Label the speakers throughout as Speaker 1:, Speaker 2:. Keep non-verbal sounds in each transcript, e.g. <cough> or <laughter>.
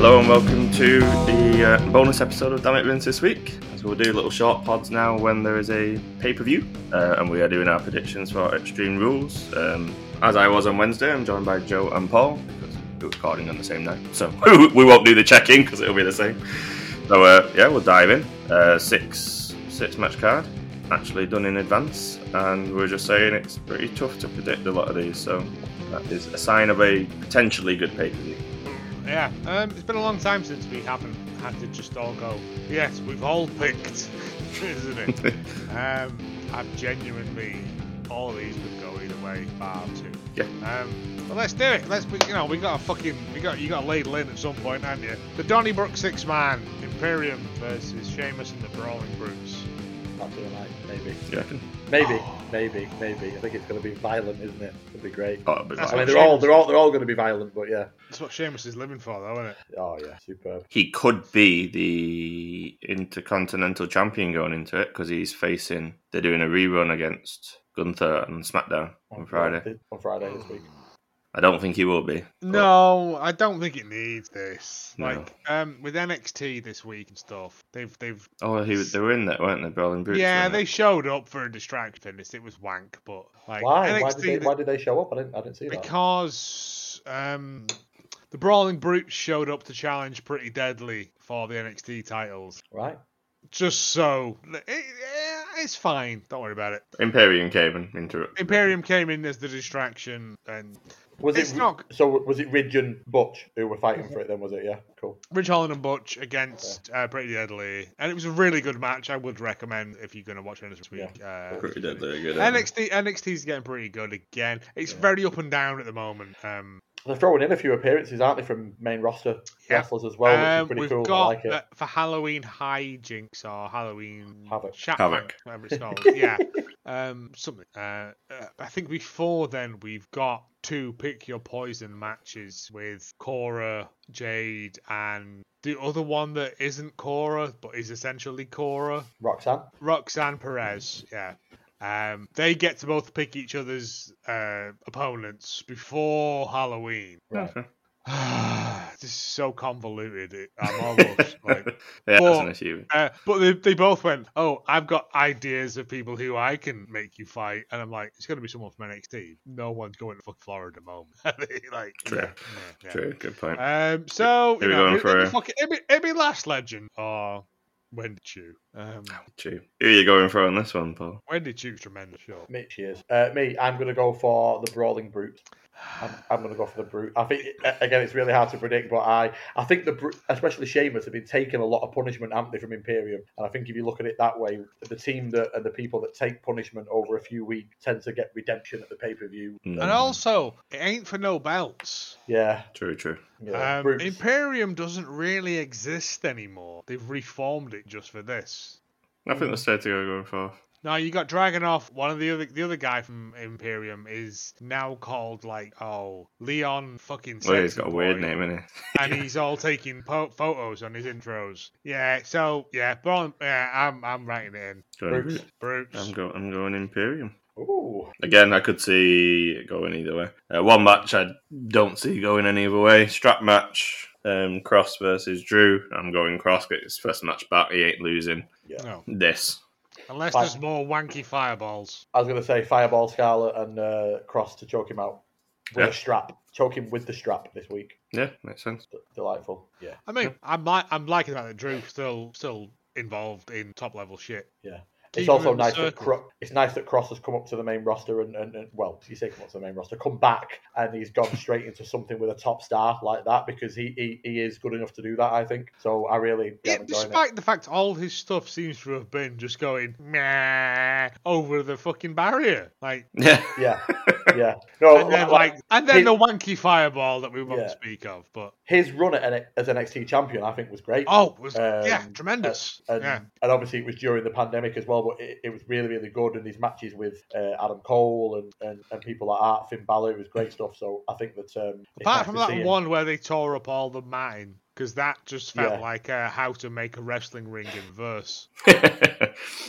Speaker 1: Hello and welcome to the uh, bonus episode of Damn It Vince this week. As we'll do little short pods now when there is a pay per view, uh, and we are doing our predictions for Extreme Rules. Um, as I was on Wednesday, I'm joined by Joe and Paul because we're recording on the same night, so <laughs> we won't do the check in because it'll be the same. So uh, yeah, we'll dive in. Uh, six six match card actually done in advance, and we're just saying it's pretty tough to predict a lot of these. So that is a sign of a potentially good pay per view.
Speaker 2: Yeah, um, it's been a long time since we haven't had to just all go. Yes, we've all picked, <laughs> isn't <laughs> it? um, I've genuinely all of these would go either way, bar two.
Speaker 1: Yeah.
Speaker 2: Um, but let's do it. Let's you know we got a fucking we got you got ladle in at some point, haven't you? The Donnybrook six man Imperium versus Sheamus and the Brawling Brutes.
Speaker 3: Not doing like maybe.
Speaker 1: Do you reckon?
Speaker 3: Maybe, maybe, maybe. I think it's going to be violent, isn't it? It'll be great.
Speaker 1: Oh, but
Speaker 2: That's
Speaker 3: I mean,
Speaker 2: what
Speaker 3: they're all they're all they're all going to be violent, but yeah.
Speaker 2: That's what Sheamus is living for, though, isn't it?
Speaker 3: Oh yeah, superb.
Speaker 1: he could be the intercontinental champion going into it because he's facing. They're doing a rerun against Gunther and SmackDown
Speaker 2: Oh,
Speaker 1: on Friday.
Speaker 3: On Friday this week.
Speaker 1: I don't think he will be. but
Speaker 2: No, I don't think it needs this.
Speaker 1: No.
Speaker 2: Like um, with NXT this week and stuff, they've they've
Speaker 1: Oh, he, was- they were in there, weren't they? Brawling Brutes.
Speaker 2: yeah,
Speaker 1: weren't
Speaker 2: they showed up for a distraction. It's- It was wank, but like
Speaker 3: Why?
Speaker 2: NXT,
Speaker 3: Why did, they, why did they show up? I didn't I didn't see that.
Speaker 2: because um, the Brawling Brutes showed up to challenge Pretty Deadly for the NXT titles.
Speaker 3: Right.
Speaker 2: Just so it- eh, it's fine. Don't worry about it.
Speaker 1: Imperium came and interrupted.
Speaker 2: Imperium came in as the distraction, and
Speaker 3: Was
Speaker 2: It's
Speaker 3: it
Speaker 2: not- Mm-hmm.
Speaker 3: so? Was it Ridge and Butch who were fighting for it? Then was it? Yeah, cool.
Speaker 2: Rich Holland and Butch against uh, Pretty Deadly, and it was a really good match. I would recommend if you're going to watch it this week. Uh,
Speaker 1: Pretty dead, they're good. aren't they?
Speaker 2: NXT NXT's getting pretty good again. It's very up and down at the moment. Um,
Speaker 3: They're throwing in a few appearances, aren't they, from main roster
Speaker 2: Yeah.
Speaker 3: wrestlers as well, which
Speaker 2: Um,
Speaker 3: is pretty
Speaker 2: we've
Speaker 3: cool.
Speaker 2: got
Speaker 3: I like it.
Speaker 2: uh, for Halloween hijinks or Halloween
Speaker 3: Havoc.
Speaker 2: Chat
Speaker 1: Havoc.
Speaker 2: whatever it's
Speaker 3: <laughs>
Speaker 2: called. yeah, um, something. Uh, uh, I think before then we've got two pick your poison matches with Cora, Jade, and the other one that isn't Cora but is essentially Cora,
Speaker 3: Roxanne.
Speaker 2: Roxanne Perez. Yeah. Um, they get to both pick each other's uh, opponents before Halloween.
Speaker 3: Right.
Speaker 2: <laughs> <sighs> this is so convoluted. It, I'm almost <laughs> like
Speaker 1: <laughs> yeah, that's
Speaker 2: Well,
Speaker 1: an issue.
Speaker 2: uh, but they, they both went, Oh, I've got ideas of people who I can make you fight. And I'm like, It's going to be someone from NXT. No one's going to fuck Florida at the moment. <laughs> like,
Speaker 1: True.
Speaker 2: yeah, yeah,
Speaker 1: True, good point.
Speaker 2: yeah. Um, so,
Speaker 1: Here
Speaker 2: you
Speaker 1: we
Speaker 2: know,
Speaker 1: go
Speaker 2: it,
Speaker 1: for
Speaker 2: it'd,
Speaker 1: a-
Speaker 2: be fucking, it'd, be, it'd be Last Legend or When Did You? Um,
Speaker 1: True. Who are you going for on this one, Paul?
Speaker 2: when Did You's tremendous
Speaker 3: <sighs>
Speaker 2: show.
Speaker 3: Me, cheers. Uh, me, I'm going to go for the Brawling Brute. I'm, I'm going to go for the Brute. I think uh, again, it's really hard to predict, but I, I think the Bru- especially Sheamus have been taking a lot of punishment, haven't they, from Imperium? And I think if you look at it that way, the team that and the people that take punishment over a few weeks tend to get redemption at the pay per view.
Speaker 1: No.
Speaker 2: And also, it ain't for no belts.
Speaker 3: Yeah,
Speaker 1: True, true.
Speaker 3: yeah.
Speaker 2: um,
Speaker 3: Brutes.
Speaker 2: Imperium doesn't really exist anymore. They've reformed it just for this.
Speaker 1: I
Speaker 2: Mm.
Speaker 1: think that's fair to go going for.
Speaker 2: Now you got Dragonoff. One of the other the other guy from Imperium is now called like oh Leon fucking.
Speaker 1: Well, Oh, he's
Speaker 2: Sexy
Speaker 1: got a weird
Speaker 2: Boy,
Speaker 1: name, <laughs> isn't
Speaker 2: and he's all taking po- photos on his intros. Yeah, so yeah, Braun, yeah, I'm I'm writing it in.
Speaker 1: he? Going-
Speaker 3: Brutes.
Speaker 2: Brutes.
Speaker 1: I'm, go- I'm going Imperium.
Speaker 3: Ooh,
Speaker 1: Again, I could see it going either way. Uh, one match I don't see going any other way. Strap match, um, Cross versus Drew. I'm going Cross because it's first match back. He ain't losing
Speaker 2: no,
Speaker 1: this.
Speaker 2: unless
Speaker 3: Fire-
Speaker 2: there's more wanky fireballs.
Speaker 3: I was going to say Fireball, Scarlet, and uh, Cross to choke him out with
Speaker 1: Yeah.
Speaker 3: a strap. Choke him with the strap this week.
Speaker 1: Yeah, makes sense.
Speaker 3: D- delightful. Yeah.
Speaker 2: I mean, I'm li- I'm liking that that Drew still still involved in top level shit.
Speaker 3: Yeah.
Speaker 2: Keep
Speaker 3: It's
Speaker 2: him
Speaker 3: also
Speaker 2: in the
Speaker 3: nice that
Speaker 2: circle.
Speaker 3: Cro- it's nice that Cross has come up to the main roster and, and, and well, you say come up to the main roster, come back and he's gone straight into something with a top star like that because he, he, he is good enough to do that. I think so. I really
Speaker 2: Yeah,
Speaker 3: am enjoying it.
Speaker 2: despite the fact all his stuff seems to have been just going meh over the fucking barrier, like
Speaker 1: Yeah. <laughs>
Speaker 3: Yeah, yeah. No,
Speaker 2: and then
Speaker 3: li-
Speaker 2: like and then
Speaker 3: Oh, uh, he-
Speaker 2: the wanky fireball that we won't
Speaker 3: Yeah.
Speaker 2: speak of, but
Speaker 3: his run at N- as NXT champion, I think was great.
Speaker 2: oh, it was yeah,
Speaker 3: Um,
Speaker 2: tremendous.
Speaker 3: And,
Speaker 2: yeah,
Speaker 3: and obviously it was during the pandemic as well, but it, it was really, really good. And his matches with uh, Adam Cole and, and, and people like that, Finn Balor, it was great stuff. So I think that um, it's
Speaker 2: apart
Speaker 3: nice
Speaker 2: from
Speaker 3: to see
Speaker 2: that
Speaker 3: him.
Speaker 2: one where they tore up all the matting because that just felt
Speaker 3: Yeah.
Speaker 2: like uh, how to make a wrestling ring in verse.
Speaker 3: I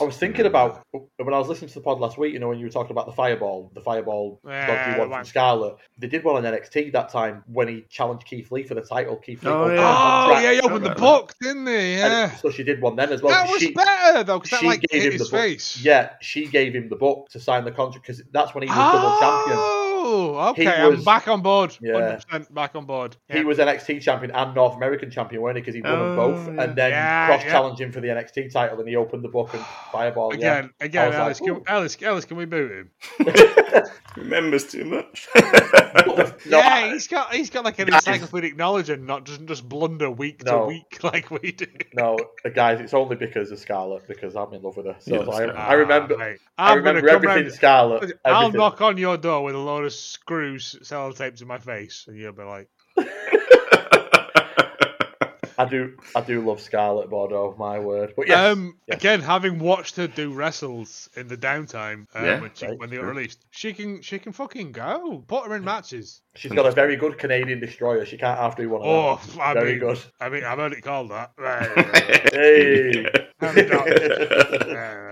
Speaker 3: was thinking about when I was listening to the pod last week. You know, when you were talking about the fireball, the fireball
Speaker 2: Yeah,
Speaker 3: dodgy one
Speaker 2: one.
Speaker 3: from Scarlet. They did one on NXT that time when he challenged Keith Lee for the title. Keith Lee,
Speaker 1: Oh,
Speaker 3: opened
Speaker 1: yeah.
Speaker 3: the
Speaker 2: Oh,
Speaker 3: contract,
Speaker 2: yeah, he
Speaker 1: Forgot
Speaker 2: opened the
Speaker 1: about
Speaker 2: book, didn't he?
Speaker 3: and
Speaker 2: Yeah.
Speaker 3: So she did one then as well.
Speaker 2: That was
Speaker 3: she,
Speaker 2: better, though, because that,
Speaker 3: she
Speaker 2: like,
Speaker 3: gave
Speaker 2: hit
Speaker 3: him the
Speaker 2: his
Speaker 3: book.
Speaker 2: face.
Speaker 3: Yeah, she gave him the book to sign the contract because that's when he was double champion.
Speaker 2: Oh,
Speaker 3: He
Speaker 2: okay. I'm
Speaker 3: was-
Speaker 2: back on board.
Speaker 3: Yeah.
Speaker 2: 100% back on board. Yeah.
Speaker 3: He was NXT champion and North American champion, weren't he? Because he won them
Speaker 1: Oh,
Speaker 3: both,
Speaker 1: yeah.
Speaker 3: and then
Speaker 2: Yeah,
Speaker 3: cross challenged him for the NXT title, and he opened the
Speaker 2: <sighs>
Speaker 3: book and fireball
Speaker 2: Again,
Speaker 3: I
Speaker 2: again,
Speaker 3: was
Speaker 2: Alice,
Speaker 3: like,
Speaker 2: can,
Speaker 3: ooh.
Speaker 2: Alice, Alice, can we boot him?
Speaker 1: Remembers too much. <laughs>
Speaker 3: <laughs> No,
Speaker 2: yeah, he's got he's got like an
Speaker 3: Guys.
Speaker 2: encyclopedic knowledge and not doesn't just blunder week
Speaker 3: No.
Speaker 2: to week <laughs> like we do.
Speaker 3: No, guys, it's only because of Scarlet because I'm in love with her. So
Speaker 1: Yeah,
Speaker 3: it's like,
Speaker 1: Scarlet.
Speaker 3: I remember,
Speaker 2: Ah, mate.
Speaker 3: I
Speaker 2: I'm gonna
Speaker 3: remember
Speaker 2: come
Speaker 3: everything
Speaker 2: round.
Speaker 3: Scarlet.
Speaker 2: I'll
Speaker 3: everything.
Speaker 2: knock on your door with a load of screws, sellotapes in my face, and you'll be like,
Speaker 3: I do, I do love Scarlet Bordeaux. My word, but yes,
Speaker 2: um,
Speaker 3: yes.
Speaker 2: again, having watched her do wrestles in the downtime um,
Speaker 1: Yeah,
Speaker 2: when, she,
Speaker 3: right,
Speaker 2: when they were
Speaker 1: sure.
Speaker 2: released, she can she can fucking go. Put her in matches.
Speaker 3: she's got a very good Canadian destroyer. She can't half do one of
Speaker 2: Oh,
Speaker 3: them.
Speaker 2: I
Speaker 3: very
Speaker 2: mean,
Speaker 3: good.
Speaker 2: I mean, I've heard it called
Speaker 3: <laughs>
Speaker 2: that. Right,
Speaker 3: Hey.
Speaker 2: right,
Speaker 3: <laughs>
Speaker 2: right, right.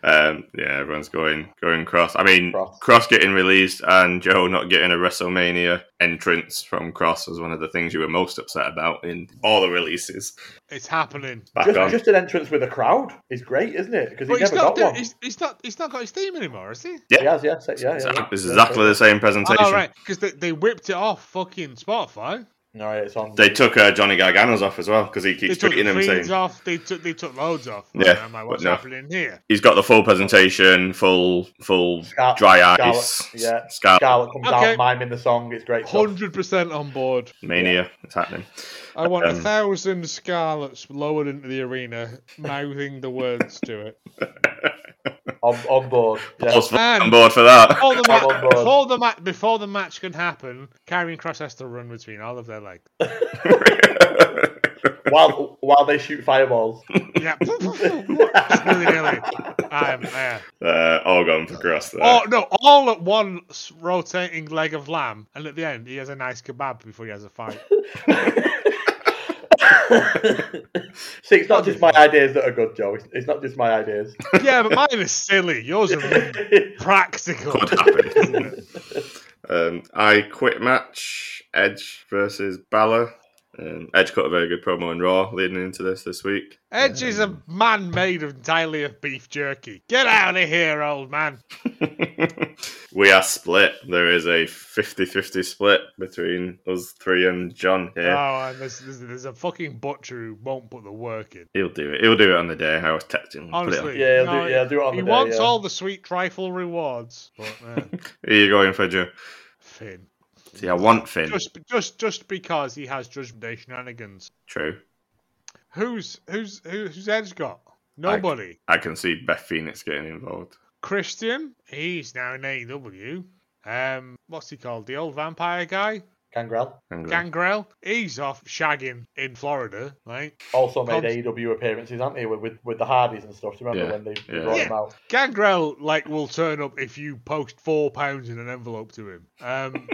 Speaker 1: Um, yeah, everyone's going going cross. I mean,
Speaker 3: Cross.
Speaker 1: cross. getting released and Joe not getting a WrestleMania entrance from Cross was one of the things you were most upset about in all the releases.
Speaker 2: it's happening.
Speaker 1: Back on.
Speaker 3: Just, just an entrance with a crowd is great, isn't it? Because he
Speaker 2: But he's
Speaker 3: never
Speaker 2: not,
Speaker 3: got
Speaker 2: doing-
Speaker 3: one.
Speaker 2: he's, he's not he's not got his theme anymore, is he?
Speaker 3: He has, yeah, yeah, yeah.
Speaker 1: Exactly-
Speaker 3: yeah.
Speaker 1: It's exactly the same
Speaker 2: Oh,
Speaker 1: presentation.
Speaker 2: right, because they, they whipped it off fucking Spotify.
Speaker 3: No, it's on.
Speaker 1: They took uh, Johnny Gargano's off as well because he keeps
Speaker 2: they took
Speaker 1: tweeting
Speaker 2: the
Speaker 1: him
Speaker 2: Fiends
Speaker 1: saying
Speaker 2: off. They took they took loads off.
Speaker 1: Yeah,
Speaker 2: Um, like, what's
Speaker 1: but no.
Speaker 2: happening here?
Speaker 1: he's got the full presentation, full full
Speaker 3: Scar-
Speaker 1: dry
Speaker 3: Scarlet,
Speaker 1: eyes,
Speaker 3: yeah.
Speaker 1: Scarlet
Speaker 3: Scarlet comes
Speaker 2: Okay.
Speaker 3: out miming the song. It's great. Stuff.
Speaker 2: Hundred percent on board.
Speaker 1: mania. It's happening.
Speaker 2: I want a
Speaker 1: Um,
Speaker 2: thousand scarlets lowered into the arena, mouthing the words
Speaker 1: <laughs>
Speaker 2: to it.
Speaker 3: On, on board. Yeah.
Speaker 1: Paul's
Speaker 2: And-
Speaker 1: on board for that.
Speaker 2: Before Um, the,
Speaker 3: I'm
Speaker 2: ma-
Speaker 3: on board.
Speaker 2: before, the ma- before the match can happen, Karrion Cross has to run between all of their legs.
Speaker 3: while while they shoot fireballs.
Speaker 2: Yeah, <laughs> really, really. I'm there.
Speaker 1: <laughs> uh, all gone for Cross there.
Speaker 2: Oh no! All at one s- rotating leg of lamb, and at the end he has a nice kebab before he has a fight. <laughs>
Speaker 3: <laughs> See, it's not just my ideas that are good, Joe. It's, it's not just my ideas. <laughs>
Speaker 2: yeah, but mine is silly. Yours are really practical.
Speaker 3: <laughs>
Speaker 1: could happen. <laughs> um, I quit match Edge versus Balor. Um, Edge cut a very good promo on Raw leading into this this week. <laughs>
Speaker 2: Edge is a man made entirely of beef jerky. Get out of here, old man.
Speaker 1: we are split. There is a 50 50 split between us three and John here.
Speaker 2: Oh, and there's, there's, there's a fucking butcher who won't put the work in.
Speaker 1: He'll do it. He'll do it on the day. I was texting him. Put it on.
Speaker 2: Honestly,
Speaker 3: yeah,
Speaker 2: no,
Speaker 3: I'll do, yeah, I'll do it on
Speaker 2: he
Speaker 3: the day.
Speaker 2: wants
Speaker 3: yeah.
Speaker 2: all the sweet trifle rewards, but uh,
Speaker 3: <laughs>
Speaker 1: Who are you going for, Joe?
Speaker 2: Finn.
Speaker 1: See, I want Finn.
Speaker 2: Just, just, just because he has Judgment Day shenanigans.
Speaker 1: True.
Speaker 2: Who's, who's, who- who's Edge got? Nobody.
Speaker 1: I can see Beth Phoenix getting involved.
Speaker 2: Christian. He's now in AEW. Um, what's he called? The old vampire guy,
Speaker 3: Gangrel
Speaker 1: Hang on.
Speaker 2: Gangrel. He's off shagging in Florida, right?
Speaker 3: also made
Speaker 2: Cubs.
Speaker 3: AEW appearances, haven't he, with, with, with the Hardys and stuff? Do you
Speaker 1: Yeah.
Speaker 3: remember when they they
Speaker 1: Yeah.
Speaker 3: brought
Speaker 2: Yeah.
Speaker 3: him out?
Speaker 2: Gangrel like will turn up if you post four pounds in an envelope to him. Um,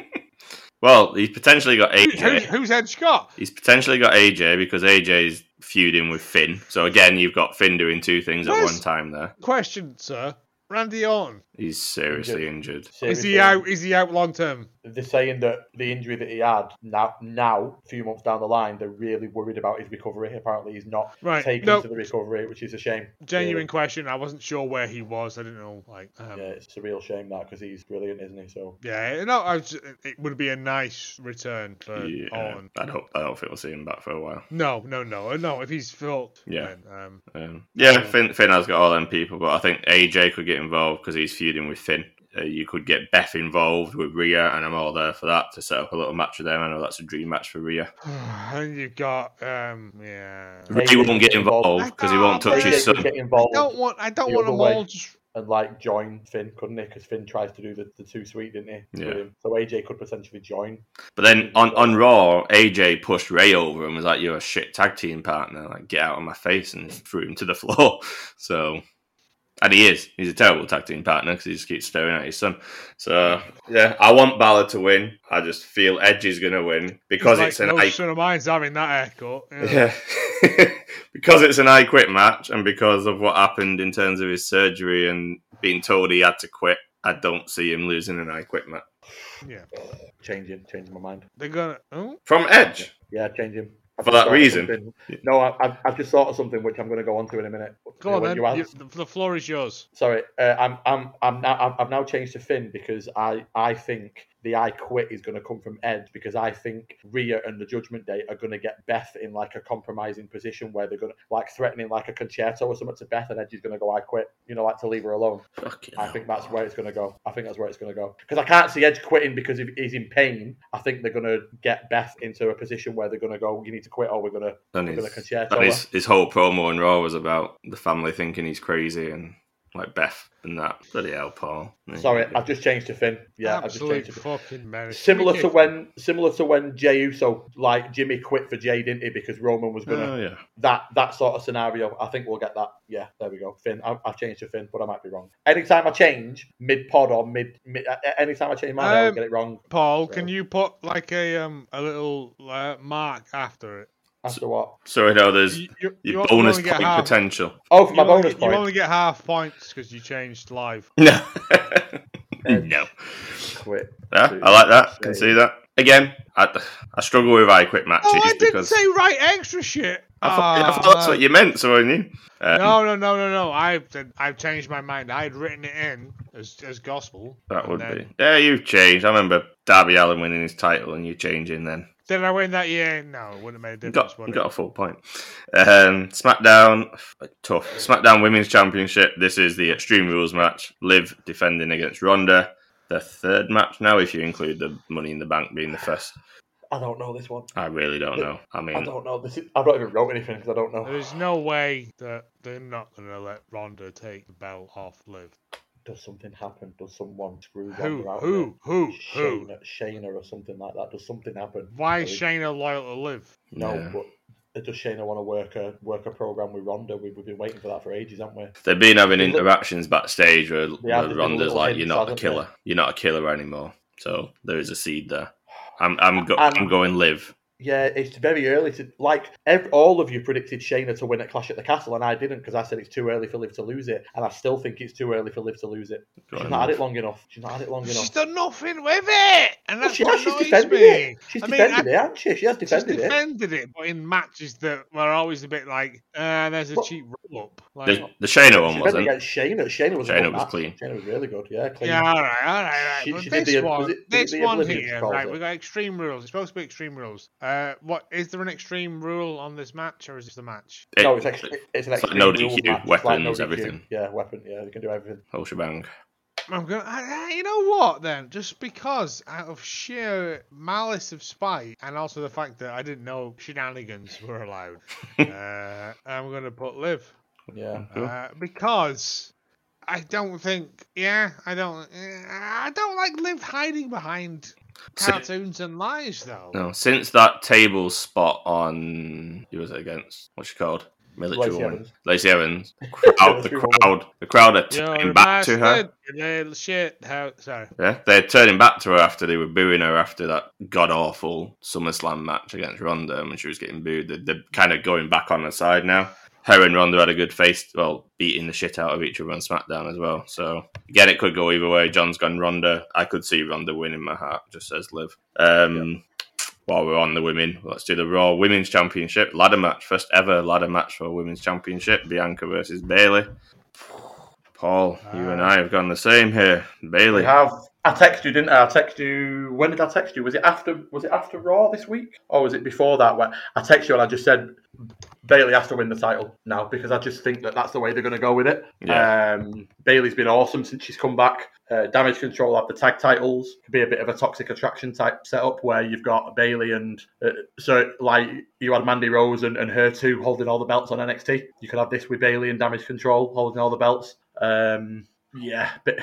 Speaker 1: Well, he's potentially got
Speaker 2: who,
Speaker 1: AJ.
Speaker 2: who's, who's Ed Scott?
Speaker 1: He's potentially got AJ because AJ's feuding with Finn. So again, you've got Finn doing two things at
Speaker 2: Yes.
Speaker 1: one time there.
Speaker 2: Question, sir. Randy Orton
Speaker 1: He's seriously injured.
Speaker 2: is
Speaker 3: Seriously.
Speaker 2: he out? Is he out long term?
Speaker 3: They're saying that the injury that he had now, now a few months down the line, they're really worried about his recovery. Apparently, he's not
Speaker 2: Right.
Speaker 3: taken
Speaker 2: no,
Speaker 3: to the recovery, which is a shame.
Speaker 2: genuine
Speaker 3: Really.
Speaker 2: question. I wasn't sure where he was. I didn't know. Like, um,
Speaker 3: Yeah, it's a real shame that because he's brilliant, isn't he? So
Speaker 2: yeah. no, I was, it would be a nice return for
Speaker 1: Yeah,
Speaker 2: Orton.
Speaker 1: I don't. I don't think we'll see him back for a while.
Speaker 2: No, no, no, no. If he's filled,
Speaker 1: Yeah.
Speaker 2: then, um, <sighs>
Speaker 1: Um, yeah, Finn, Finn has got all them people, but I think AJ could get involved because he's feuding with Finn. Uh, you could get Beth involved with Rhea, and I'm all there for that to set up a little match with them. I know that's a dream match for Rhea.
Speaker 2: and you've got um, yeah.
Speaker 3: Right.
Speaker 1: He won't get involved because he won't touch
Speaker 3: AJ
Speaker 1: his
Speaker 3: could
Speaker 1: son.
Speaker 3: get involved
Speaker 2: Don't want. I don't
Speaker 3: The
Speaker 2: want
Speaker 3: other
Speaker 2: them
Speaker 3: way.
Speaker 2: all. Just,
Speaker 3: and like join Finn, couldn't he? Because Finn tries to do the, the two sweet, didn't he?
Speaker 1: Yeah.
Speaker 3: With him. So AJ could potentially join.
Speaker 1: But then on, on Raw, AJ pushed Ray over and was like, <laughs> "You're a shit tag team partner. Like, get out of my face!" and threw him to the floor. So And he is. He's a terrible tag team partner because he just keeps staring at his son. So yeah, I want Balor to win. I just feel Edge is going to win because
Speaker 2: like,
Speaker 1: it's an
Speaker 2: no
Speaker 1: I
Speaker 2: son of mine's having that haircut. Yeah.
Speaker 1: <laughs> yeah. <laughs> because it's an I quit match and because of what happened in terms of his surgery and being told he had to quit, I don't see him losing an I quit match.
Speaker 3: Changing, changing my mind.
Speaker 2: They're gonna. Oh,
Speaker 1: From Edge.
Speaker 3: Yeah, changing. I've
Speaker 1: For that
Speaker 3: just thought of
Speaker 1: reason?
Speaker 3: something. No, I, I've, I've just thought of something which I'm going to go on to in a minute.
Speaker 2: go
Speaker 3: Uh,
Speaker 2: on
Speaker 3: when
Speaker 2: then.
Speaker 3: you asked-
Speaker 2: You- the, the floor is yours.
Speaker 3: sorry, uh, I'm I'm I'm now I'm, I've now changed to Finn because I I think the I quit is going to come from Edge because I think Rhea and the Judgment Day are going to get Beth in like a compromising position where they're going to like threatening like a concerto or something to Beth and Edge is going to go I quit, you know, like to leave her alone.
Speaker 1: Fucking
Speaker 3: I
Speaker 1: hell.
Speaker 3: think that's where it's going to go. I think that's where it's going to go because I can't see Edge quitting because if he's in pain. I think they're going to get Beth into a position where they're going to go, you need to quit or we're going to
Speaker 1: And
Speaker 3: we're going
Speaker 1: his,
Speaker 3: to concerto.
Speaker 1: and
Speaker 3: her."
Speaker 1: his, his whole promo and Raw was about the family thinking he's crazy and like Beth and that. Bloody hell, Paul.
Speaker 3: Sorry, I've just changed to Finn. Yeah, I've just
Speaker 2: absolute
Speaker 3: changed to Finn.
Speaker 2: fucking menace.
Speaker 3: Similar to
Speaker 2: Wicked.
Speaker 3: when, similar to when Jey Uso, like Jimmy, quit for Jay, didn't he? Because Roman
Speaker 2: Uh,
Speaker 3: was gonna
Speaker 1: Oh, yeah.
Speaker 3: that that sort of scenario. I think we'll get that. Yeah, there we go. Finn, I, I've changed to Finn, but I might be wrong. Anytime I change mid pod or mid, mid uh, anytime I change my name, I
Speaker 2: Um,
Speaker 3: get it wrong.
Speaker 2: Paul,
Speaker 3: So-
Speaker 2: can you put like a um a little uh, mark after it?
Speaker 3: After what?
Speaker 1: So, you know, there's
Speaker 2: You- you- you
Speaker 1: your
Speaker 2: only- you
Speaker 1: bonus
Speaker 2: only
Speaker 1: point
Speaker 2: get half-
Speaker 1: potential.
Speaker 3: <laughs> Oh, for
Speaker 2: you
Speaker 3: my
Speaker 2: only-
Speaker 3: bonus
Speaker 2: You
Speaker 3: point.
Speaker 2: only get half points because you changed live.
Speaker 1: No. <laughs> no.
Speaker 3: Quit.
Speaker 1: Yeah, I like that. Can see that. Again, I, I struggle with I quit matches
Speaker 2: Oh, I didn't
Speaker 1: because
Speaker 2: say write extra shit.
Speaker 1: I thought, I
Speaker 2: Ah,
Speaker 1: thought that's
Speaker 2: man.
Speaker 1: what you meant, so I knew. Um,
Speaker 2: No, no, no, no, no. I've I've changed my mind. I had written it in as as gospel.
Speaker 1: That
Speaker 2: and
Speaker 1: would
Speaker 2: then,
Speaker 1: be. Yeah, you've changed. I remember Darby Allen winning his title and you changing then.
Speaker 2: Did I win that year? No, it wouldn't have made a
Speaker 1: You
Speaker 2: difference.
Speaker 1: got,
Speaker 2: would
Speaker 1: you
Speaker 2: it?
Speaker 1: got a full point. Um, SmackDown, tough. SmackDown Women's Championship. This is the Extreme Rules match. Liv defending against Ronda. The third match now, if you include the Money in the Bank being the first.
Speaker 3: I don't know this one.
Speaker 1: I really don't know. I
Speaker 3: I
Speaker 1: mean,
Speaker 3: don't know. This is, I've not even wrote anything because I don't know.
Speaker 2: There's no way that they're not going to let Ronda take the belt off Liv.
Speaker 3: Does something happen? Does someone screw
Speaker 2: Who,
Speaker 3: Ronda out?
Speaker 2: who,
Speaker 3: there?
Speaker 2: who, who?
Speaker 3: Shayna, Shayna, or something like that. Does something happen?
Speaker 2: Why
Speaker 3: Or
Speaker 2: is Shayna loyal to Liv?
Speaker 3: No,
Speaker 1: yeah.
Speaker 3: but uh, does Shayna want to work a work a program with Ronda? We've, we've been waiting for that for ages, haven't we?
Speaker 1: they've been having
Speaker 3: They look-
Speaker 1: interactions backstage where,
Speaker 3: have
Speaker 1: where
Speaker 3: been
Speaker 1: Ronda's
Speaker 3: little
Speaker 1: like,
Speaker 3: hints,
Speaker 1: "You're not a
Speaker 3: haven't
Speaker 1: killer. You're not a killer anymore." So there is a seed there. I'm, I'm, go-
Speaker 3: And-
Speaker 1: I'm going Liv.
Speaker 3: Yeah, it's very early to like. Ev all of you predicted Shayna to win at Clash at the Castle, and I didn't because I said it's too early for Liv to lose it, and I still think it's too early for Liv to lose it. She's
Speaker 1: Going
Speaker 3: not had
Speaker 1: Liv.
Speaker 3: it long enough. She's not had it long
Speaker 2: She's
Speaker 3: enough.
Speaker 2: done nothing with it, and
Speaker 3: Well,
Speaker 2: that's
Speaker 3: she
Speaker 2: what
Speaker 3: has. She's
Speaker 2: annoys
Speaker 3: defended
Speaker 2: me.
Speaker 3: it. She's
Speaker 2: I mean,
Speaker 3: defended
Speaker 2: I-
Speaker 3: it, hasn't she? She has
Speaker 2: She's
Speaker 3: defended it.
Speaker 2: defended it, but in matches that were always a bit like, uh, there's a
Speaker 3: Well-
Speaker 2: cheap roll up. Like,
Speaker 1: The, the Shayna
Speaker 3: She
Speaker 1: one
Speaker 3: defended
Speaker 1: wasn't.
Speaker 3: against Shayna. Shayna was. a
Speaker 1: Shayna
Speaker 3: good
Speaker 1: was
Speaker 3: match.
Speaker 1: clean.
Speaker 3: Shayna was really good. Yeah, clean.
Speaker 2: Yeah, all right, all right, all right.
Speaker 3: She-
Speaker 2: but
Speaker 3: she did
Speaker 2: this
Speaker 3: the-
Speaker 2: one,
Speaker 3: was it-
Speaker 2: this
Speaker 3: the
Speaker 2: one
Speaker 3: Oblivion
Speaker 2: here,
Speaker 3: calls
Speaker 2: right?
Speaker 3: it?
Speaker 2: We got extreme rules. It's supposed to be extreme rules. Uh, what is there an extreme rule on this match, or is this the match?
Speaker 1: It-
Speaker 3: no, it's, ex- it's an
Speaker 1: it's like
Speaker 3: extreme
Speaker 1: no
Speaker 3: rules
Speaker 1: DQ,
Speaker 3: match. It's like no
Speaker 1: weapons,
Speaker 3: DQ.
Speaker 1: everything.
Speaker 3: Yeah, weapon. Yeah, they can do everything.
Speaker 1: whole shebang.
Speaker 2: I'm gonna. I, I- you know what? Then just because out of sheer malice of spite, and also the fact that I didn't know shenanigans were allowed, uh, I'm gonna put live.
Speaker 3: Yeah.
Speaker 1: Cool.
Speaker 2: Uh, because I don't think, yeah, I don't, eh, I don't like Liv hiding behind
Speaker 1: So-
Speaker 2: cartoons and lies, though.
Speaker 1: No, since that table spot on who was it against? What's she called? Military
Speaker 3: Lacey
Speaker 1: woman,
Speaker 3: Evans.
Speaker 1: Lacey Evans.
Speaker 3: <laughs>
Speaker 1: Crowd, the
Speaker 3: Military woman.
Speaker 1: crowd, the crowd are
Speaker 2: You're
Speaker 1: turning
Speaker 2: a
Speaker 1: back to her.
Speaker 2: bastard, you little shit. How, sorry.
Speaker 1: Yeah, they're turning back to her after they were booing her after that god awful SummerSlam match against Ronda when she was getting booed. They're, they're kind of going back on her side now. Her and Ronda had a good face, well, beating the shit out of each other on SmackDown as well. So again, it could go either way. John's gone Ronda. I could see Ronda winning my heart. Just says live. Um, While we're on the women, let's do the Raw Women's Championship ladder match. First ever ladder match for Women's Championship. Bianca versus Bailey. Paul, you and I have gone the same here. Bailey.
Speaker 3: We have. I texted you, didn't I? I texted you. When did I text you? Was it after? Was it after Raw this week, or was it before that? When I texted you and I just said Bailey has to win the title now because I just think that that's the way they're going to go with it.
Speaker 1: Yeah.
Speaker 3: Um, Bailey's been awesome since she's come back. Uh, Damage Control have the tag titles. Could be a bit of a toxic attraction type setup where you've got Bailey and uh, so like you had Mandy Rose and, and her two holding all the belts on NXT. You could have this with Bailey and Damage Control holding all the belts. Um, yeah, but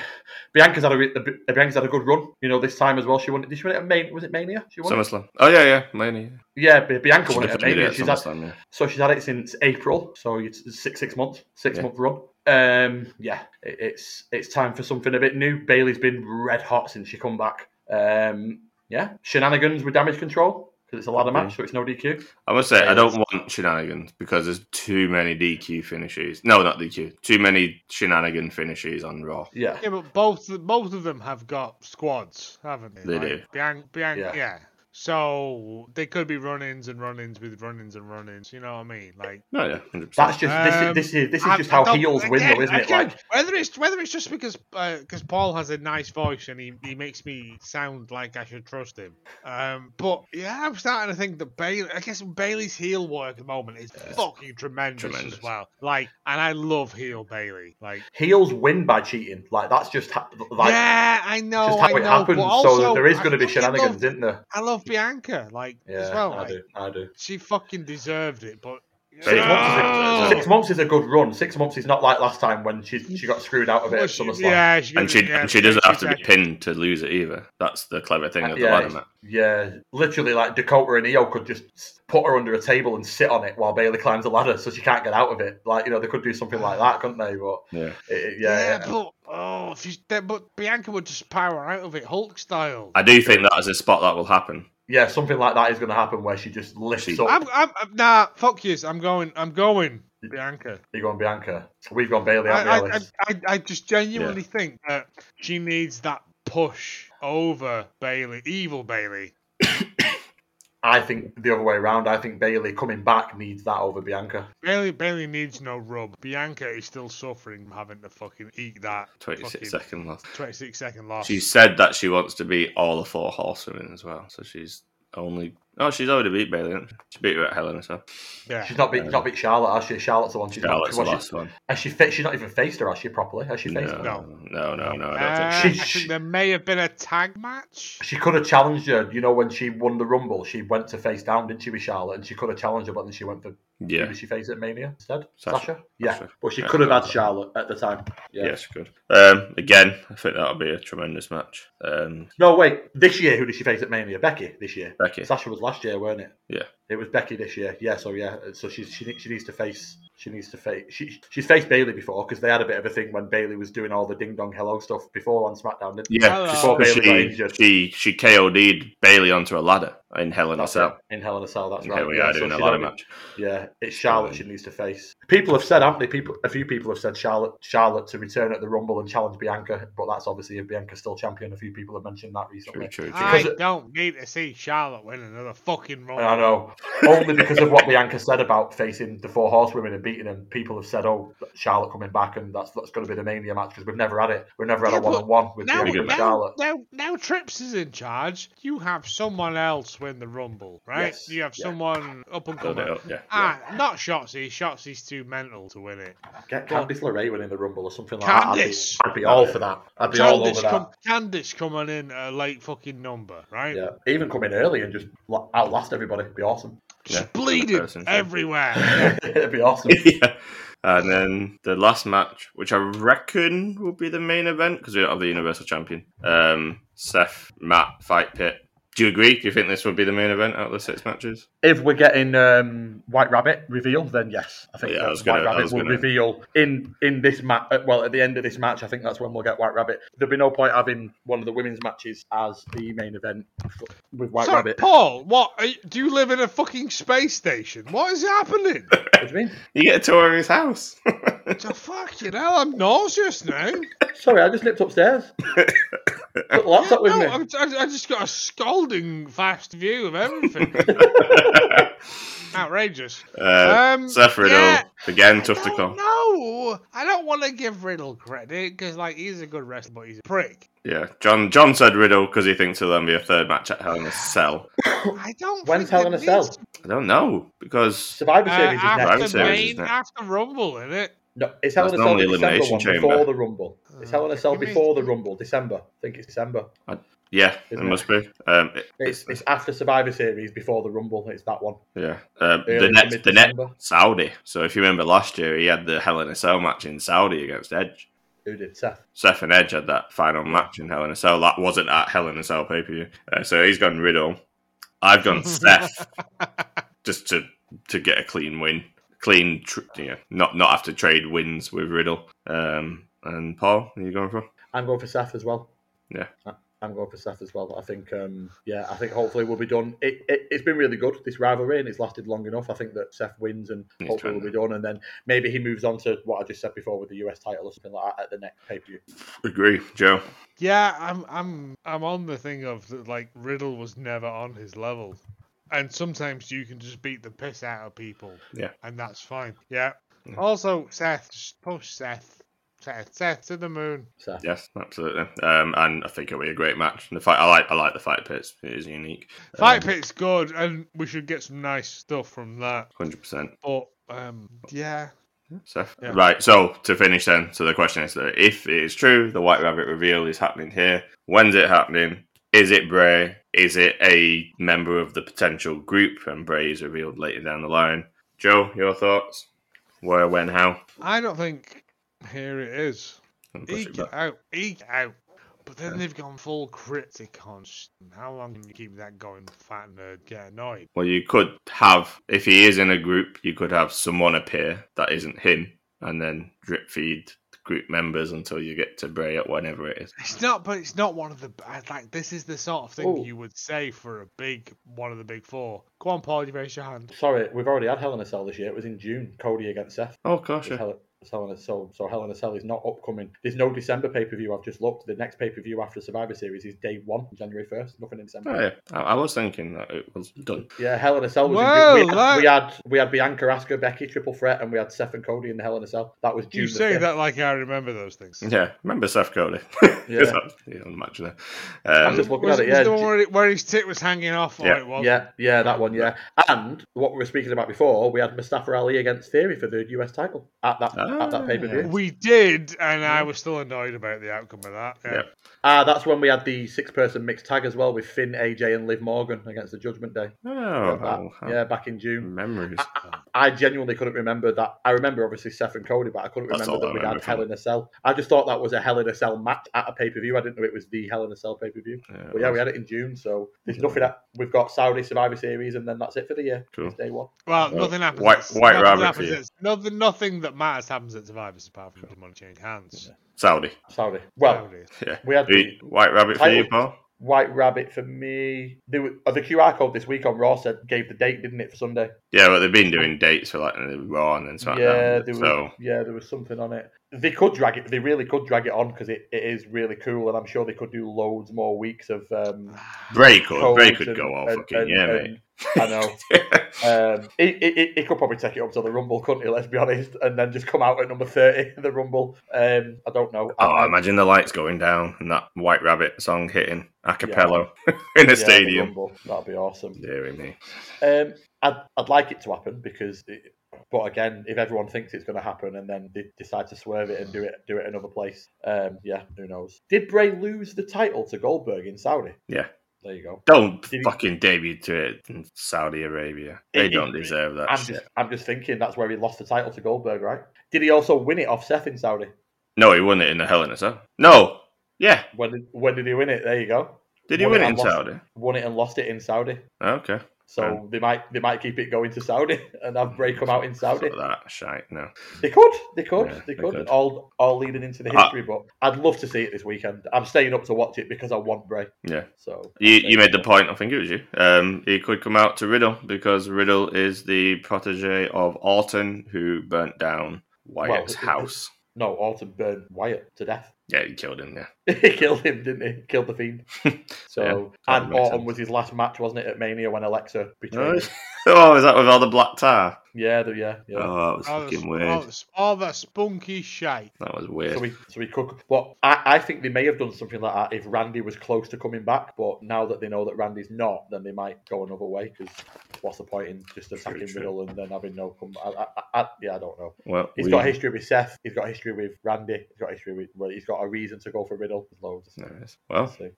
Speaker 3: Bianca's had a, re- a- Bianca's had a good run. You know this time as well. She won. it- Did she win it at Mania? Was it Mania? She won. it?
Speaker 1: SummerSlam. Oh yeah, yeah, Mania.
Speaker 3: Yeah, but Bianca
Speaker 1: She
Speaker 3: won it at
Speaker 1: definitely did
Speaker 3: Mania.
Speaker 1: it
Speaker 3: She's
Speaker 1: at
Speaker 3: had
Speaker 1: SummerSlam. Yeah.
Speaker 3: so she's had it since April, so it's six six months, six
Speaker 1: Yeah.
Speaker 3: month run. Um, yeah, it, it's it's time for something a bit new. Bailey's been red hot since she come back. Um, yeah, shenanigans with damage control because it's a ladder match, so it's no DQ.
Speaker 1: I must say,
Speaker 3: Yeah,
Speaker 1: I don't want shenanigans because there's too many DQ finishes. No, not DQ. Too many shenanigan finishes on Raw.
Speaker 3: Yeah,
Speaker 2: Yeah, but both both of them have got squads, haven't they?
Speaker 1: They do.
Speaker 2: Bian- Bian-
Speaker 3: Yeah.
Speaker 2: yeah. So they could be run-ins and run-ins with run-ins and run-ins. You know what I mean? Like
Speaker 1: No, yeah, hundred
Speaker 3: that's
Speaker 1: percent.
Speaker 3: just
Speaker 2: Um,
Speaker 3: this is this is this is
Speaker 2: I-
Speaker 3: just
Speaker 2: I
Speaker 3: how
Speaker 2: don't-
Speaker 3: heels win, though,
Speaker 2: again-
Speaker 3: isn't it?
Speaker 2: again,
Speaker 3: Like,
Speaker 2: whether it's whether it's just because because Paul has a nice voice and he, he makes me sound like I should trust him. Um, but yeah, I'm starting to think that Bailey. I guess Bailey's heel work at the moment is fucking tremendous,
Speaker 1: Tremendous.
Speaker 2: as well. Like, and I love heel Bailey. Like,
Speaker 3: heels win by cheating. Like that's just ha- like
Speaker 2: yeah, I know,
Speaker 3: just how
Speaker 2: Oh, I
Speaker 3: it
Speaker 2: know,
Speaker 3: happens.
Speaker 2: But also,
Speaker 3: so there is
Speaker 2: I
Speaker 3: going to be
Speaker 2: fucking
Speaker 3: shenanigans,
Speaker 2: love-
Speaker 3: isn't there?
Speaker 2: I love Bianca, like
Speaker 3: Yeah,
Speaker 2: as well.
Speaker 3: I
Speaker 2: Like,
Speaker 3: do. I do.
Speaker 2: she fucking deserved it, but
Speaker 1: Six
Speaker 3: Six months, is
Speaker 1: Oh.
Speaker 3: a, six months is a good run. Six months is not like last time when she she got screwed out of it
Speaker 2: Well,
Speaker 3: at
Speaker 2: she-
Speaker 3: SummerSlam.
Speaker 2: yeah, she,
Speaker 1: And she
Speaker 2: yeah,
Speaker 1: and she doesn't have to be
Speaker 2: exactly.
Speaker 1: pinned to lose it either. That's the clever thing of the
Speaker 3: yeah,
Speaker 1: ladder
Speaker 3: it's-
Speaker 1: match.
Speaker 3: yeah, literally like Dakota and Io could just s- put her under a table and sit on it while Bailey climbs a ladder, so she can't get out of it. Like you know, they could do something like that, couldn't they? But
Speaker 1: Yeah,
Speaker 3: it, it- yeah, yeah.
Speaker 2: but oh, she's dead, but Bianca would just power out of it, Hulk style.
Speaker 1: I do think that is a spot that will happen.
Speaker 3: yeah, something like that is going to happen where she just lifts
Speaker 1: She-
Speaker 3: up.
Speaker 2: I'm, I'm, I'm nah, fuck yous. I'm going, I'm going, Bianca.
Speaker 3: You're going Bianca. We've gone Bailey,
Speaker 2: I,
Speaker 3: haven't we,
Speaker 2: I, I,
Speaker 3: Alice?
Speaker 2: I, I just genuinely think that she needs that push over Bailey, evil Bailey.
Speaker 3: I think the other way around. I think Bailey coming back needs that over Bianca.
Speaker 2: Bailey, Bailey needs no rub. Bianca is still suffering from having to fucking eat that
Speaker 1: Twenty six
Speaker 2: fucking
Speaker 1: second left.
Speaker 2: 26 second loss.
Speaker 1: She said that she wants to beat all the four horsewomen as well. So she's only oh, she's already beat Bailey. Hasn't she? she beat her at Helen as well.
Speaker 2: yeah.
Speaker 3: She's not beat, she's not beat Charlotte, has she? Charlotte's the one she's
Speaker 1: Charlotte's the
Speaker 3: not. well, she-
Speaker 1: last one.
Speaker 3: has she fa- she's not even faced her, has she? Properly? Has she
Speaker 1: No,
Speaker 3: faced her?
Speaker 1: no, no, no, I don't
Speaker 2: Uh,
Speaker 1: think.
Speaker 2: I
Speaker 3: she-
Speaker 2: think there may have been a tag match.
Speaker 3: She could have challenged her. You know, when she won the Rumble, she went to face down, didn't she, with Charlotte? And she could have challenged her, but then she went for.
Speaker 1: Yeah,
Speaker 3: Did she face at Mania instead? Sasha?
Speaker 1: Sasha.
Speaker 3: Yeah.
Speaker 1: Sasha.
Speaker 3: But she
Speaker 1: Yeah.
Speaker 3: could have had Charlotte at the time. Yeah.
Speaker 1: Yes, good. Um, again, I think that'll be a tremendous match. Um,
Speaker 3: No, wait. This year, who did she face at Mania? Becky this year.
Speaker 1: Becky.
Speaker 3: Sasha was last year, weren't it?
Speaker 1: Yeah.
Speaker 3: It was Becky this year. Yeah. So yeah. So she she ne- she needs to face she needs to face she she's faced Bailey before because they had a bit of a thing when Bailey was doing all the ding dong hello stuff before on SmackDown. Didn't
Speaker 1: Yeah,
Speaker 2: Hello.
Speaker 1: before
Speaker 3: Bayley got
Speaker 1: she,
Speaker 3: injured.
Speaker 1: she she KOD'd Bailey onto a ladder in Hell in a
Speaker 3: That's
Speaker 1: Cell.
Speaker 3: it. In Hell in a Cell. That's
Speaker 1: And
Speaker 3: right.
Speaker 1: Here we
Speaker 3: Yeah,
Speaker 1: are
Speaker 3: so
Speaker 1: doing a
Speaker 3: she's
Speaker 1: ladder
Speaker 3: only-
Speaker 1: match.
Speaker 3: Yeah, it's Charlotte
Speaker 1: Um,
Speaker 3: she needs to face. People have said, haven't they? People, a few people have said Charlotte, Charlotte to return at the Rumble and challenge Bianca, but that's obviously if Bianca's still champion. A few people have mentioned that
Speaker 1: True,
Speaker 3: recently.
Speaker 1: true, true.
Speaker 2: I
Speaker 3: Because-
Speaker 2: don't need to see Charlotte win another fucking
Speaker 3: And
Speaker 2: Rumble.
Speaker 3: I know, only because of what Bianca said about facing the four horsewomen and beating them. People have said, "Oh, Charlotte coming back, and that's that's going to be the mania match because we've never had it. We've never had
Speaker 2: Yeah,
Speaker 3: a
Speaker 2: but
Speaker 3: one on one with
Speaker 2: Now,
Speaker 3: Bianca and
Speaker 2: now,
Speaker 3: Charlotte."
Speaker 2: now, now Trips is in charge. You have someone else win the Rumble, right?
Speaker 3: Yes,
Speaker 2: You have
Speaker 3: yeah.
Speaker 2: someone up and
Speaker 1: Build it
Speaker 2: coming.
Speaker 1: up, yeah.
Speaker 2: Ah, not Shotzi. Shotzi's too mental to win it.
Speaker 3: Get Candice LeRae winning the Rumble or something like
Speaker 2: Candice!
Speaker 3: that. I'd be, I'd be all for that. I'd be all over
Speaker 2: Candice,
Speaker 3: that.
Speaker 2: com- Candice coming in at a late fucking number, right?
Speaker 3: yeah, even come in early and just la- outlast everybody. It'd be awesome.
Speaker 2: Just
Speaker 1: Yeah,
Speaker 2: bleeding
Speaker 1: person, yeah.
Speaker 2: everywhere.
Speaker 3: It'd be awesome.
Speaker 1: <laughs> yeah. And then the last match, which I reckon will be the main event because we don't have the Universal Champion. Um, Seth, Matt, Fight Pit. Do you agree? Do you think this would be the main event out of the six matches?
Speaker 3: if we're getting um, White Rabbit reveal, then yes, I think
Speaker 1: Yeah, I
Speaker 3: that
Speaker 1: was gonna-
Speaker 3: White
Speaker 1: I
Speaker 3: Rabbit
Speaker 1: was
Speaker 3: will
Speaker 1: gonna-
Speaker 3: reveal in in this match. Well, at the end of this match, I think that's when we'll get White Rabbit. There'd be no point having one of the women's matches as the main event f- with <laughs> White
Speaker 2: Sorry,
Speaker 3: Rabbit.
Speaker 2: Paul, what? Are you, do you live in a fucking space station? What is happening?
Speaker 3: What do you mean?
Speaker 1: You get a tour of his house. <laughs>
Speaker 2: the fucking hell, I'm nauseous now.
Speaker 3: Sorry, I just slipped upstairs.
Speaker 1: <laughs>
Speaker 3: Got the laptop with
Speaker 2: no,
Speaker 3: me.
Speaker 2: I'm, I, I just got a scalding fast view of everything. Outrageous.
Speaker 1: uh,
Speaker 2: Um,
Speaker 1: Seth Riddle
Speaker 2: yeah.
Speaker 1: again, tough to call.
Speaker 2: No, I don't want to give Riddle credit because like he's a good wrestler, but he's a prick.
Speaker 1: Yeah, John. John said Riddle because he thinks there'll then be a third match at Hell in a Cell.
Speaker 2: I don't. think
Speaker 3: When's Hell in
Speaker 2: it
Speaker 3: a Cell?
Speaker 2: needs-
Speaker 1: I don't know because
Speaker 3: Survivor
Speaker 2: Uh,
Speaker 3: Series is next.
Speaker 1: Survivor
Speaker 2: after
Speaker 1: Series is
Speaker 2: Main,
Speaker 1: next.
Speaker 2: after Rumble, isn't it?
Speaker 3: No, it's Hell in a
Speaker 1: That's
Speaker 3: Cell
Speaker 1: normally
Speaker 3: December
Speaker 1: Elimination
Speaker 3: one,
Speaker 1: Chamber.
Speaker 3: before the Rumble. It's Hell in a Cell
Speaker 2: Give me-
Speaker 3: before the Rumble, December. I think it's December.
Speaker 1: yeah, it
Speaker 3: Isn't it?
Speaker 1: must be. Um, it-
Speaker 3: It's, it's after Survivor Series, before the Rumble. It's that one.
Speaker 1: yeah, um,
Speaker 3: Early
Speaker 1: the
Speaker 3: to
Speaker 1: next the next
Speaker 3: mid-December.
Speaker 1: Saudi. So if you remember last year, he had the Hell in a Cell match in Saudi against Edge.
Speaker 3: Who did Seth?
Speaker 1: Seth and Edge had that final match in Hell in a Cell. That wasn't at Hell in a Cell pay per view. Uh, so he's gone Riddle. I've gone Seth just to to get a clean win. clean, tr- you know, not not have to trade wins with Riddle. Um, and Paul, who are you going for?
Speaker 3: I'm going for Seth as well.
Speaker 1: Yeah.
Speaker 3: I- I'm going for Seth as well. I think, um, yeah, I think hopefully we'll be done. It, it, it's been really good, this rivalry, and it's lasted long enough. I think that Seth wins and
Speaker 1: He's
Speaker 3: hopefully we'll
Speaker 1: trying
Speaker 3: be done. And then maybe he moves on to what I just said before with the US title or something like that at the next pay per view.
Speaker 1: Agree, Joe.
Speaker 2: Yeah, I'm I'm I'm on the thing of that, like Riddle was never on his level. And sometimes you can just beat the piss out of people.
Speaker 1: Yeah.
Speaker 2: And that's fine. Yeah.
Speaker 1: Yeah.
Speaker 2: Also, Seth, just push Seth. Seth, Seth to the moon.
Speaker 3: Seth.
Speaker 1: Yes, absolutely. Um, and I think it'll be a great match. And the fight, I like, I like the fight pits. It is unique. Um,
Speaker 2: Fight pit's good, and we should get some nice stuff from that.
Speaker 1: Hundred percent.
Speaker 2: But um, yeah,
Speaker 1: Seth.
Speaker 2: Yeah.
Speaker 1: Right, so to finish then, so the question is that if it is true, the White Rabbit reveal is happening here, when's it happening? Is it Bray? Is it a member of the potential group? And Bray is revealed later down the line. Joe, your thoughts? Where, when, how?
Speaker 2: I don't think here it is.
Speaker 1: And push it
Speaker 2: Eke it
Speaker 1: back.
Speaker 2: out, eke it out. But then
Speaker 1: Yeah.
Speaker 2: they've gone full Criticon. sh- How long can you keep that going, fat nerd? Get annoyed.
Speaker 1: Well, you could have, if he is in a group, you could have someone appear that isn't him and then drip feed the group members until you get to Bray at whenever it is.
Speaker 2: It's not, but it's not one of the I- like. This is the sort of thing
Speaker 3: Ooh.
Speaker 2: you would say for a big one of the big four. Go on, Paul. You raise your hand.
Speaker 3: Sorry, we've already had Hell in a Cell this year. It was in June, Cody against Seth.
Speaker 1: Oh, gosh.
Speaker 3: It's
Speaker 1: yeah.
Speaker 3: Hell, it's Hell in a Cell. So Hell in a Cell is not upcoming. There's no December pay per view. I've just looked. The next pay per view after Survivor Series is day one, January 1st. Nothing in December.
Speaker 1: Oh, yeah. I, I was thinking that it was done.
Speaker 3: Yeah, Hell in a Cell was
Speaker 2: Well,
Speaker 3: in June. We had,
Speaker 2: that-
Speaker 3: we had we had Bianca, Asuka, Becky, Triple Threat, and we had Seth and Cody in the Hell in a Cell. That was June.
Speaker 2: you
Speaker 3: the
Speaker 2: say
Speaker 3: 5th.
Speaker 2: that like I remember those things.
Speaker 1: Yeah, remember Seth <laughs> Cody?
Speaker 3: Yeah.
Speaker 1: yeah, on the match there.
Speaker 3: I'm just
Speaker 1: Um,
Speaker 3: looking
Speaker 2: Was,
Speaker 3: at it.
Speaker 2: was
Speaker 3: Yeah,
Speaker 2: the one
Speaker 3: Ju-
Speaker 2: where, it- where his tit was hanging off, or
Speaker 1: Yeah.
Speaker 2: it was
Speaker 3: yeah, yeah, that one. Yeah, and what we were speaking about before, we had Mustafa Ali against Theory for the US title at that at
Speaker 1: Ah.
Speaker 3: that pay per view.
Speaker 2: We did, and I was still annoyed about the outcome of that. Yeah.
Speaker 1: Yeah.
Speaker 3: Ah, that's when we had the six person mixed tag as well with Finn, AJ, and Liv Morgan against the Judgment Day.
Speaker 1: oh,
Speaker 3: That-
Speaker 1: how-
Speaker 3: yeah, Ah, back in June.
Speaker 1: memories.
Speaker 3: I genuinely couldn't remember that. I remember obviously Seth and Cody, but I couldn't
Speaker 1: That's all
Speaker 3: remember
Speaker 1: I
Speaker 3: that we
Speaker 1: remember
Speaker 3: had
Speaker 1: from
Speaker 3: Hell in a Cell. I just thought that was a Hell in a Cell match at a pay per view. I didn't know it was the Hell in a Cell pay per view.
Speaker 1: Yeah,
Speaker 3: But yeah, we had it in June, so there's
Speaker 1: Yeah.
Speaker 3: nothing. That, we've got Saudi Survivor Series, and then that's it for the year.
Speaker 1: Cool.
Speaker 3: It's day one.
Speaker 2: Well,
Speaker 1: Well,
Speaker 2: nothing happens.
Speaker 1: White-
Speaker 2: at-
Speaker 1: White
Speaker 2: nothing
Speaker 1: Rabbit
Speaker 2: happens
Speaker 1: here.
Speaker 2: at- nothing, nothing that matters happens at Survivors apart from the money change hands.
Speaker 1: Saudi.
Speaker 3: Saudi. Well,
Speaker 2: Nowadays.
Speaker 1: Yeah.
Speaker 3: we had the
Speaker 1: Wait, White Rabbit for you,
Speaker 3: Titles.
Speaker 1: Paul?
Speaker 3: White Rabbit for me. They were, oh, the QR code this week on Raw said gave the date, didn't it, for Sunday?
Speaker 1: Yeah, but they've been doing dates for like Raw and then
Speaker 3: yeah,
Speaker 1: SmackDown.
Speaker 3: there was,
Speaker 1: Um, so
Speaker 3: yeah, there was something on it. They could drag it. They really could drag it on because it, it is really cool, and I'm sure they could do loads more weeks of. Um,
Speaker 1: Bray could, Bray
Speaker 3: codes
Speaker 1: could
Speaker 3: and-
Speaker 1: go all
Speaker 3: and-
Speaker 1: fucking
Speaker 3: and-
Speaker 1: yeah,
Speaker 3: and- I know.
Speaker 1: mate. <laughs>
Speaker 3: Um, he, he, he could probably take it up to the Rumble, couldn't he? Let's be honest, and then just come out at number thirty <laughs> in the Rumble. Um, I don't know.
Speaker 1: oh,
Speaker 3: I,
Speaker 1: imagine the lights going down and that White Rabbit song hitting a cappella <laughs> in a
Speaker 3: yeah, the
Speaker 1: stadium.
Speaker 3: Rumble. That'd be awesome.
Speaker 1: Dearie me.
Speaker 3: Um, I'd, I'd like it to happen because, it, but again, if everyone thinks it's going to happen and then they decide to swerve it and do it, do it another place. Um, yeah, who knows? Did Bray lose the title to Goldberg in Saudi?
Speaker 1: Yeah.
Speaker 3: There you go.
Speaker 1: Don't
Speaker 3: Did he-
Speaker 1: fucking debut to it in Saudi Arabia.
Speaker 3: He-
Speaker 1: They
Speaker 3: he-
Speaker 1: don't deserve that
Speaker 3: I'm
Speaker 1: shit.
Speaker 3: just, I'm just thinking that's where he lost the title to Goldberg, right? Did he also win it off Seth in Saudi?
Speaker 1: No, he won it in the Hell in a Cell. No. Yeah.
Speaker 3: When did, when did he win it? There you go.
Speaker 1: Did he
Speaker 3: Won
Speaker 1: win
Speaker 3: it
Speaker 1: it in
Speaker 3: and lost-
Speaker 1: Saudi?
Speaker 3: won it and lost it in Saudi.
Speaker 1: Okay.
Speaker 3: So
Speaker 1: Um,
Speaker 3: they might they might keep it going to Saudi <laughs> and have Bray come out in Saudi.
Speaker 1: Fuck that shite. No.
Speaker 3: They could, they could,
Speaker 1: Yeah, they
Speaker 3: they could.
Speaker 1: could.
Speaker 3: All all leading into the
Speaker 1: Ah.
Speaker 3: history, but I'd love to see it this weekend. I'm staying up to watch it because I want Bray.
Speaker 1: Yeah.
Speaker 3: So
Speaker 1: You, you made the point. I think it was you. Um, he could come out to Riddle because Riddle is the protege of Orton, who burnt down Wyatt's
Speaker 3: Well,
Speaker 1: house.
Speaker 3: No, Orton burned Wyatt to death. <laughs>
Speaker 1: Yeah, he killed him. Yeah. <laughs>
Speaker 3: he killed him, didn't he? Killed the fiend. So
Speaker 1: Yeah, that
Speaker 3: and
Speaker 1: makes
Speaker 3: Orton
Speaker 1: sense.
Speaker 3: was his last match, wasn't it, at Mania when Alexa
Speaker 1: oh,
Speaker 3: betrayed
Speaker 1: is
Speaker 3: him?
Speaker 1: that with all the black tar?
Speaker 3: Yeah, the, yeah, yeah.
Speaker 1: Oh, that was
Speaker 2: All the
Speaker 1: fucking
Speaker 2: sp-
Speaker 1: weird.
Speaker 2: All the, sp- all the spunky shite.
Speaker 1: That was weird.
Speaker 3: So we, so we could, but I, I think they may have done something like that if Randy was close to coming back. But now that they know that Randy's not, then they might go another way. Because what's the point in just attacking
Speaker 1: true.
Speaker 3: Riddle and then having no come? I, I, I, yeah, I don't know.
Speaker 1: well,
Speaker 3: He's
Speaker 1: we-
Speaker 3: got history with Seth. He's got history with Randy. He's got history with. Well, he's got a reason to go for Riddle. There's loads.
Speaker 1: <laughs> There it is. Well,
Speaker 3: So,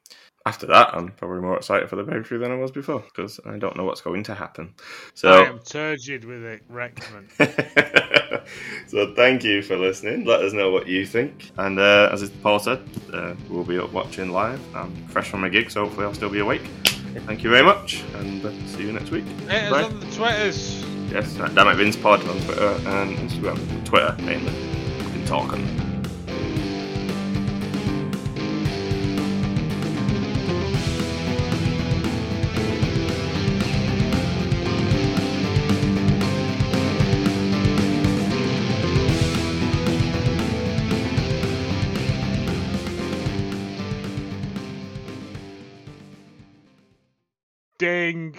Speaker 1: after that, I'm probably more excited for the pay per view than I was before because I don't know what's going to happen. So
Speaker 2: I am turgid with it, Rexman.
Speaker 1: <laughs> so thank you for listening. Let us know what you think. And uh, as Paul said, uh, we'll be up watching live. I'm fresh from my gig, so hopefully I'll still be awake. Thank you very much, and uh, see you next week.
Speaker 2: Hit us
Speaker 1: Bye.
Speaker 2: on the Twitters.
Speaker 1: yes, at Damn It Vince Pod on Twitter uh, and Instagram. Twitter mainly. Been talking.
Speaker 2: Ding.